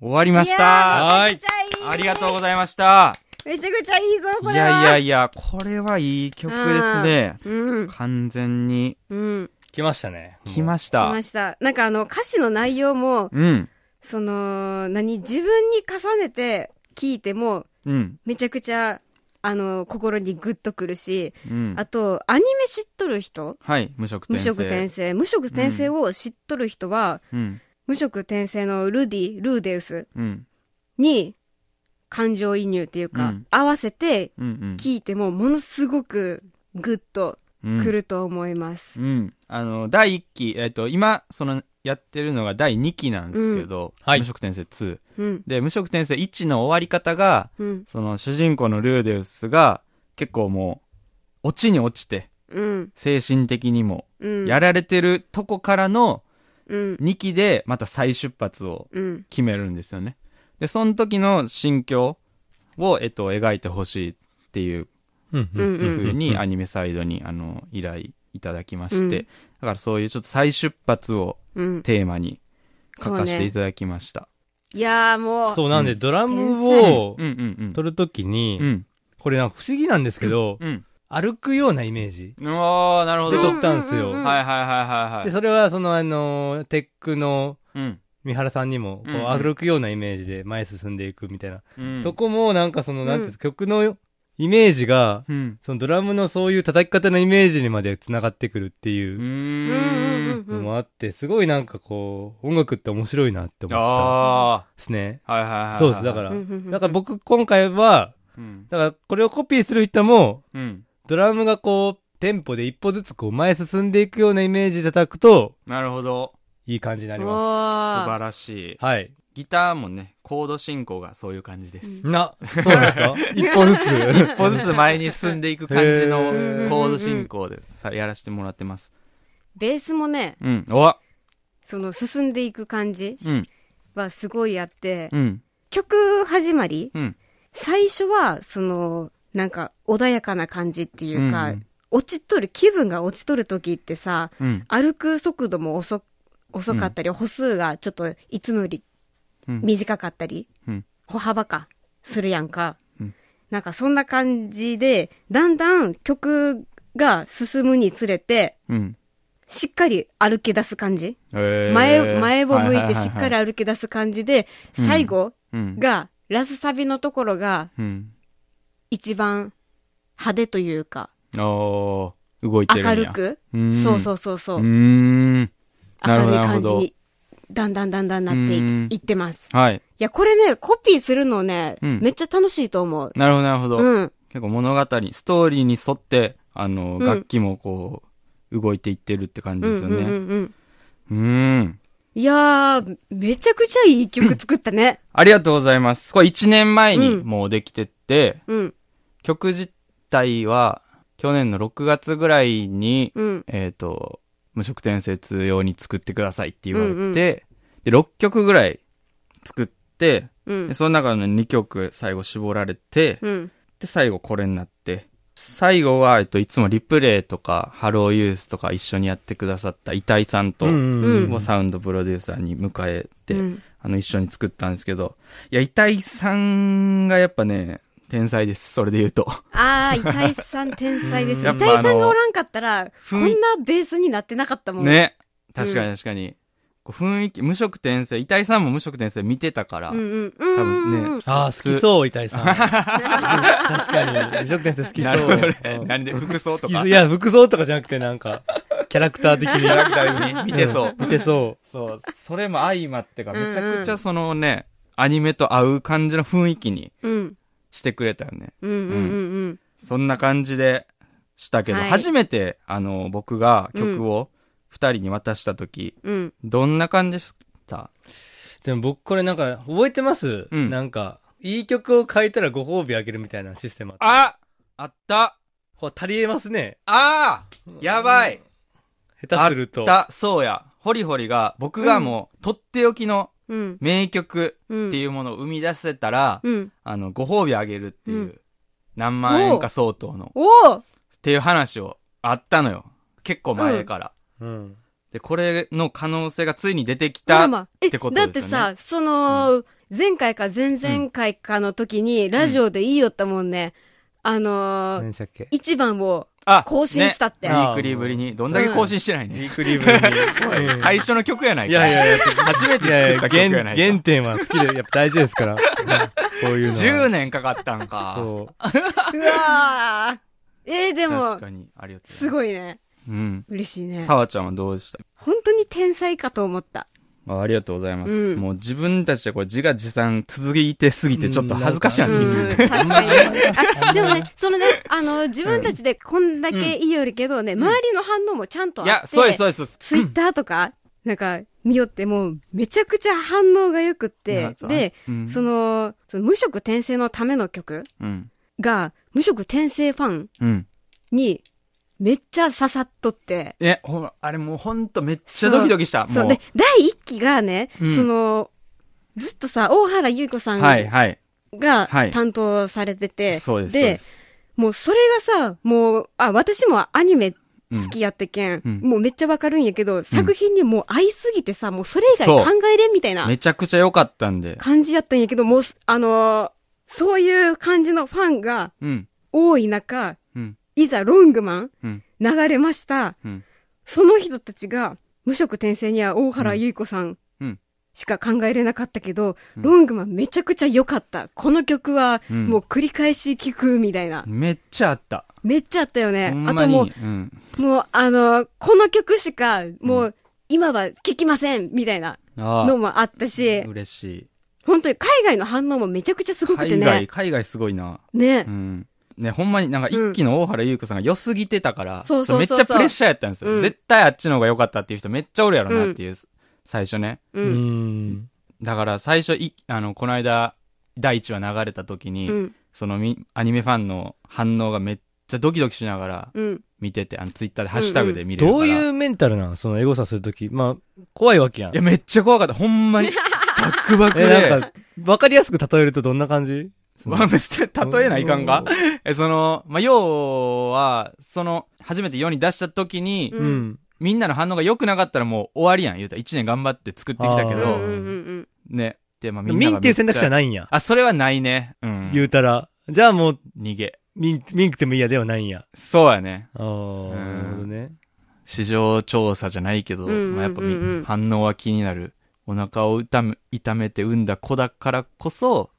終わりましいやた。ーはーいめちゃくちゃいい。ありがとうございました。めちゃくちゃいいぞ、いこやいれは。やいいや、これはいい曲ですね。や。うん。完全にうん。来ましたね。来まし来たま。した。なんかあの、歌詞の内容も、うん。その、何、自分に重ねて聞いても、うん。めちゃくちゃ、あの、心にグッとくるし、うん。あと、アニメ知っとる人はい。無職無転生。職転生。無職転生を知っとる人は、うん。無職転生のルディ、ルーデウスうん。に、感情移入っていうか、うん合わせてうん。うん。聞いても、ものすごくグッとうんくると思います。うん。あの、第1期、えっ、と、今、その、やってるのが第2期なんですけど、うんはい無職転生2。うん。で、無職転生1の終わり方が、うん。その、主人公のルーデウスが、結構もう、落ちに落ちて、うん。精神的にも、うん。やられてるとこからのうん。 2期で、また再出発をうん。決めるんですよね。で、その時の心境を、えっと、描いてほしいっていううんうん。うふん。うにアニメサイドに、あの、依頼いただきまして、うんだからそういうちょっと再出発をうん。テーマに書そうかせてねい。ただきました。いやーもう。そうなんで、うドラムをうんうん撮るときうに、ん。うん。これなんか不思議なんですけど、うん。歩くようなイメージうわー、なるほでど。撮ったんですうんうんうんよ。はいはいはいはいはで、い。それはそのあのー、テックのうん。三原さんにも、こううんうん歩くようなイメージで前進んでいくみたいな。うん。とこもなんかその、なんていうんですか、曲のイメージが、うん。そのドラムのそういう叩き方のイメージにまで繋がってくるってういううんーうんん。うのんうん。もあって、すごいなんかこう、音楽って面白いなって思ったあですね。ー。はいはいはいはい。そうです、だから。うんうんうんだから僕今回は、うん。だからこれをコピーする人も、うん。ドラムがこう、テンポで一歩ずつこう前進んでいくようなイメージで叩くと、なるほど。いい感じになりおま素ー晴らしいす。。はい。ギターもね、コード進行がそういう感じです。な、そうなんです か一歩ずつ。一歩ずつ前に進んでいく感じのへーコード進行でさやらせてもらってます。ベースもね、うん。おわその進んでいく感じうん。はすごいあって、うん。曲始まり、うん。最初は、その、なんか穏やかな感じっていうか、うん落ちとる、気分が落ちとる時ってさ、うん。歩く速度も遅、遅かったり、歩数がちょっといつもよりうん短かったり、うん歩幅か、するやんか。うんなんかそんな感じで、だんだん曲が進むにつれて、うん。しっかり歩き出す感じ、えー前、前を向いてしっはかいはいはいりはい歩き出す感じで、最後うん。が、ラスサビのところがうん。一番派手というか、おー、動いてるんや明る。く、うんそうそうそうそうう、ーん。なるほ明るどいなるほ感じどに、だんだんだんだんなってうんいいってます。はい。いや、これね、コピーするのね、うんめっちゃ楽しいと思う。なるほど、なるほど。うん。結構物語、ストーリーに沿って、あの、ん楽器もこう、動いていってるって感じですようんうんうね。んうん。うーん。いやー、めちゃくちゃいい曲作ったね。ありがとうございます。これ1年前にうんもうできてって、うん、曲自体は去年の6月ぐらいに、うん、えっ、と、無色転生用に作ってくださいって言われて、で、6曲ぐらい作って、うんで。その中の2曲最後絞られて、うん。で、最後これになって、最後は、えっと、いつもリプレイとか、ハローユースとか一緒にやってくださった板井さんと、んうんをサウンドプロデューサーに迎えて、うんあの、一緒に作ったんですけど、いや、板井さんがやっぱね、天才です。それで言うと。あー、板井さん天才です。や板っ井ぱさんがおらんかったら、こふんんなベースになってなかったもん。。ね。確かうに確かに。こう雰囲気、無色転生、板井さんも無色転生見てたから、うんうん。う多んうん分うんね。。ああ、好きそう、板井 さん。確かに。無職転生好きなるほどそうね。 うん。なんで服装と好きそか うい。や、服装とかじゃなくてなんか、キャラクター的に。みたいに見てそう。 見てそう。そう。それも相まってか、うんうんめちゃくちゃそのね、アニメと合う感じの雰囲気にうん。してくれたよね。うんうんうんうん。そんな感じでしたけど、はい初めて、あの、僕が曲を二人に渡した時、うん。どんな感じでしたでも僕これなんか、覚えてます、うんなんか、いい曲を書いたらご褒美あげるみたいなシステムあって。ああったほら足りえますね。ああやばい下手すると。あったそうや。ホリホリが、僕がもう、とっておきのうん。名曲うん。っていうものを生み出せたら、うん。あの、ご褒美あげるっていう、うん何万円か相当の、っおおていう話をあったのよ。結構前から。うん。で、これの可能性がついに出てきまた。あまあえってことだっでてすよねさ、その、前回か前々回かの時に、ラジオで言いよったもんね。あのー、何でしたっけ一 番をあ更新したって。ね、ウィークリーぶりに。どんだけ更新してないね。ビークリーブルに最初の曲やないか。いやいやいや、初めていや作っいやた曲やな原いか原。点は好きで、やっぱ大事ですから。 うんこういうのは。 10年かかったんか。そうわーえー、でも確、かに。ありがとうございます。すごいね。うん。嬉しいね。さわちゃんはどうでした本当に天才かと思った。あありがとうございます。うんもう自分たちでこれ自画自賛続いてすぎてちょっと恥ずかしいなうっていう。 ん、確かに。あ、でもね、そのね、あの、自分たちでこんだけいいよりけどね、周りの反応もちゃんとあっいて。や、そうです、そうですそうです。ツイッターとか、なんか、見よっても、めちゃくちゃ反応が良くっいやて、そうで、うんその、その無色転生のための曲うん。が、無色転生ファンうん。に、めっちゃ刺さっとって、え、ほん、あれもうほんとめっちゃドキドキした。そもう、う。で、第一期がね、うんその、ずっとさ、大原優子さはい、んはい。がはい担当されてて、そうです。そうでで、すもうそれがさ、もう、あ、私もアニメ好きやってけん、うんもうめっちゃわかるんやけど、作品にもう合いすぎてさ、もうそれ以外考えれんみたいなめちゃくちゃ良かったんで。感じやったんやけど、もうす、あのーそういう感じのファンがうん。多い中、うん。いざロングマンうん。流れました。うん。その人たちが、無職転生には大原優子さんうんしか考えれなかったけど、うんロングマンめちゃくちゃ良かった。この曲はうんもう繰り返し聴くみたいな。めっちゃあった。めっちゃあったよねほ。んあまとに。もうん。う、もうあのーこの曲しかもう今は聴きませんみたいなあのあ。もあったし、嬉しい。本当に海外の反応もめちゃくちゃすごくて海ね外、。海外すごいな。ね。うん。ね、ほんまになんか一期の大原優子さんが良すぎてたから、そうそうそうそれうめっちゃプレッシャーやったんですよ。うん絶対あっちの方が良かったっていう人めっちゃおるやろなっていう、最初ね。う。うんん。だから最初い、あの、この間、第1話流れた時に、うん。そのみアニメファンの反応がめっちゃドキドキしながらうん。見てて、あの、ツイッターでハッシュタグで見れるから。どういいうメンタルなのそのエゴサするとき。まあ、怖いわけやん。や、めっちゃ怖かった。ほん まに。バックバックえ、なんで。か、わかりやすく例えるとどんな感じ わむして、例えないかんがえ、その、まあ、要は、その、初めて世に出した時に、ううんん。みんなの反応が良くなかったらもう終わりやん、言うたら。1年頑張って作ってきたけうんううんんうど、んね。で、まあみんながめっちゃ。ミンっていう選択肢はないんや。あ、それはないね。うん。言うたら。じゃあもう、逃げ。ミン、ミンクてもいいやではないんや。そうやね。ああ、なるほどね。市場調査じゃないけど、うんうんうんうんまあやっぱみ反応は気になる。お腹を痛め痛めて産んだ子だからこそ、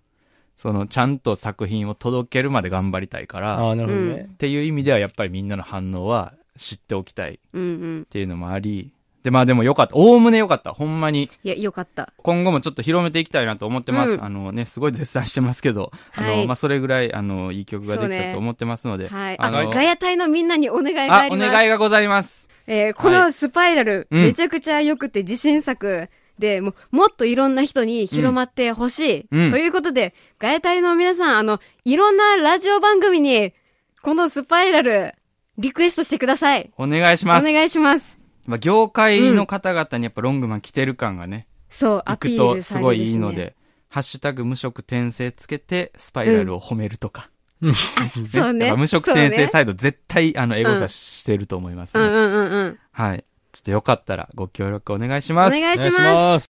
その、ちゃんと作品を届けるまで頑張りたいから、あっあ、なるほどね。ていう意味ではやっぱりみんなの反応は知っておきたいっうんうん。ていうのもあり、で、まあでも良かった。おおむね良かった。ほんまに。いや、よかった。今後もちょっと広めていきたいなと思ってます。うんあのね、すごい絶賛してますけど、はあいの、まあ、それぐらい、あの、いい曲ができたと思ってますので、はい。ああ、の、ガヤ隊のみんなにお願いがああ、りおます。願いがございます。えーこはのスパイラル、うんめちゃくちゃ良くて自信作で、もうもっといろんな人に広まってほしい。うんということで、ガヤ隊の皆さん、あの、いろんなラジオ番組に、このスパイラル、リクエストしてください。お願いしおます。願いします。まあ、業界の方々にやっぱロングマン来てる感がね、そう、行アピくーとルすさごれるいいし、ね、いので、ハッシュタグ無職転生つけて、スパイラルを褒めるとか。そうね。やっぱ無職転生そうねサイド絶対、あの、エゴサしてると思いますうね、んうんうんうん。はい。ちょっとよかったらご協力お願いしおます。願いします。ます。